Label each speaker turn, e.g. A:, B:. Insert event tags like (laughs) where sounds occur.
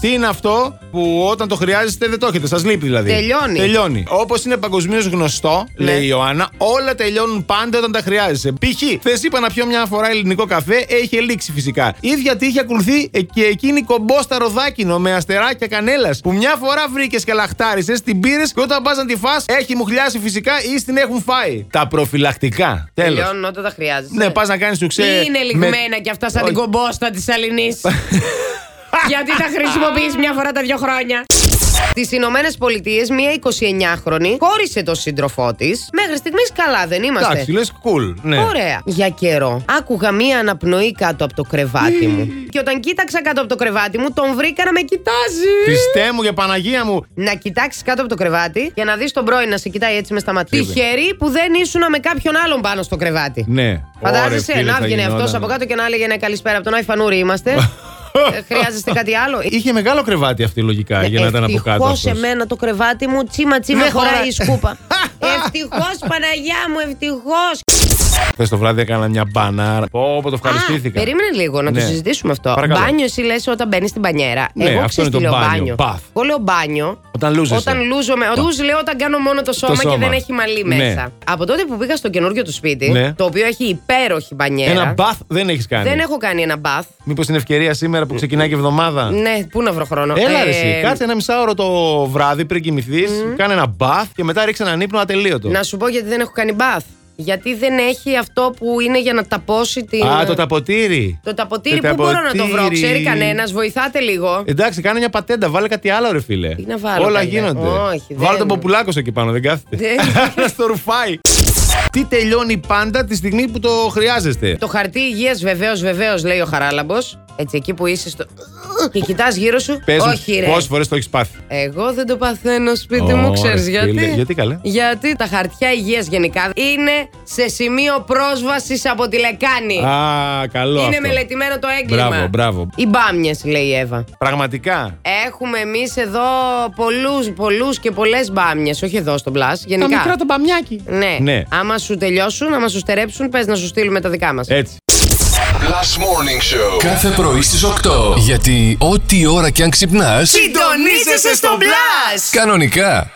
A: Τι είναι αυτό που όταν το χρειάζεστε δεν το έχετε, σας λείπει δηλαδή.
B: Τελειώνει.
A: Τελειώνει. Όπως είναι παγκοσμίως γνωστό,
B: Ναι.
A: λέει η Ιωάννα, όλα τελειώνουν πάντα όταν τα χρειάζεσαι. Π.χ. Θε είπα να πιω μια φορά ελληνικό καφέ, έχει λήξει φυσικά. ίδια τύχη ακολουθεί ε, και εκείνη κομπόσταρο δάκινο με αστεράκια κανέλας που μια φορά βρήκες και λαχτάρισες, την πήρες και όταν πας να τη φας, έχει μουχλιάσει φυσικά ή στην έχουν φάει. Τα προφυλακτικά. Τέλος.
B: Τελειώνουν όταν τα χρειάζεσαι.
A: Ναι, πας να κάνεις του ξέ.
B: Είναι λιγμένα κι αυτά σαν την
A: Όχι.
B: κομπόστα της Αλληνή.
A: (laughs)
B: Γιατί τα χρησιμοποιείς μια φορά τα δύο χρόνια. Στι Ηνωμένες Πολιτείες, μία 29χρονη χώρισε τον σύντροφό της. Μέχρι στιγμής καλά, δεν είμαστε.
A: Εντάξει, λες cool. Ναι.
B: Ωραία. Για καιρό. Άκουγα μία αναπνοή κάτω από το κρεβάτι μου. Και όταν κοίταξα κάτω από το κρεβάτι μου, τον βρήκα να με κοιτάζει.
A: Χριστέ μου για Παναγία μου.
B: Να κοιτάξεις κάτω από το κρεβάτι για να δεις τον πρώην να σε κοιτάει έτσι με στα μάτια.
A: Βέβαια.
B: Τυχερή που δεν ήσουν με κάποιον άλλον πάνω στο κρεβάτι.
A: Ναι.
B: Φαντάζεσαι
A: Ωραία, φίλε,
B: να
A: θα
B: βγαινε αυτό
A: γινόταν. (laughs)
B: από κάτω και να έλεγε ναι, καλησπέρα από τον Άι Φανούρη είμαστε. Ε, Χρειάζεστε κάτι άλλο. Ε,
A: Είχε μεγάλο κρεβάτι αυτή λογικά για να ήταν από κάτω.
B: Ευτυχώς
A: αυτός.
B: εμένα το κρεβάτι μου τσίμα τσίμα
A: Δεν
B: χωράει
A: χωράει.
B: η σκούπα. ευτυχώς, Παναγιά μου, ευτυχώς.
A: Χθες το βράδυ έκανα μια μπανάρα. Πω, πω, το ευχαριστήθηκα.
B: περίμενε λίγο να το
A: Ναι.
B: συζητήσουμε αυτό.
A: Παρακαλώ.
B: Μπάνιο, εσύ λες όταν μπαίνεις στην πανιέρα.
A: Ναι,
B: Εγώ
A: αυτό
B: ξέρεις
A: είναι
B: τι
A: το
B: λέω,
A: μπάνιο, bath.
B: Εγώ λέω μπάνιο.
A: Όταν λούζεσαι.
B: Όταν λούζομαι. Λούζ λέω όταν κάνω μόνο το σώμα,
A: σώμα.
B: και δεν έχει μαλλί
A: Ναι.
B: μέσα. Από τότε που πήγα στο καινούριο του σπίτι,
A: Ναι.
B: το οποίο έχει υπέροχη μπανιέρα.
A: Ένα bath δεν έχεις κάνει.
B: ε. Δεν έχω κάνει ένα bath.
A: Μήπω την ευκαιρία σήμερα που ξεκινάει και η εβδομάδα.
B: Ναι, πού να βρω χρόνο.
A: Έλα,
B: Ε,
A: ρε, εσύ. Κάτσε ένα μισάωρο το βράδυ πριν κοιμηθείς, κάνε ένα bath και μετά ρίξε έναν ύπνο ατελείωτο.
B: Να σου πω γιατί δεν έχω κάνει bath. Γιατί δεν έχει αυτό που είναι για να ταπώσει την.
A: Α, το ταποτήρι.
B: Το ταποτήρι,
A: Το
B: πού μπορώ να το βρω,
A: ταποτήρι. Ε-
B: ξέρει κανένας, βοηθάτε λίγο.
A: Εντάξει, κάνε μια πατέντα, βάλε κάτι άλλο, ρε φίλε.
B: να βάλω,
A: Όλα
B: παιδιά.
A: γίνονται.
B: Όχι,
A: βάλε
B: δεν- Ναι.
A: τον ποπουλάκο σου εκεί πάνω, δεν κάθεται.
B: Δεν-
A: Να (laughs) στο ρουφάει. Τι τελειώνει πάντα τη στιγμή που το χρειάζεστε.
B: Το χαρτί υγείας βεβαίως, βεβαίως, λέει ο Χαράλαμπος. Έτσι, εκεί που είσαι στο. και κοιτάς γύρω σου.
A: Πες
B: Όχι, ρε.
A: πόσες φορές το έχεις πάθει.
B: Εγώ δεν το παθαίνω σπίτι
A: Ω,
B: μου,
A: ρε
B: ξέρεις
A: φίλε.
B: γιατί.
A: Γιατί καλέ?
B: Γιατί τα χαρτιά υγείας γενικά είναι σε σημείο πρόσβασης από τη λεκάνη.
A: Α, καλό.
B: Ε. είναι
A: αυτό.
B: μελετημένο το έγκλημα.
A: Μπράβο, μπράβο.
B: Οι μπάμιες, λέει η Εύα.
A: Πραγματικά.
B: Έχουμε εμείς εδώ πολλούς πολλούς και πολλές μπάμιες. Όχι εδώ στο μπλα, γενικά.
A: το μπαμιάκι.
B: Ναι.
A: Ναι.
B: Άμα σου τελειώσουν, άμα σου στερέψουν, πες να σου στείλουμε τα δικά μας.
A: Έτσι.
C: Last Morning Show.
D: Κάθε πρωί στις 8. Γιατί ό,τι ώρα κι αν ξυπνάς,
B: Συντονίζεσαι στο μπλα!
D: κανονικά.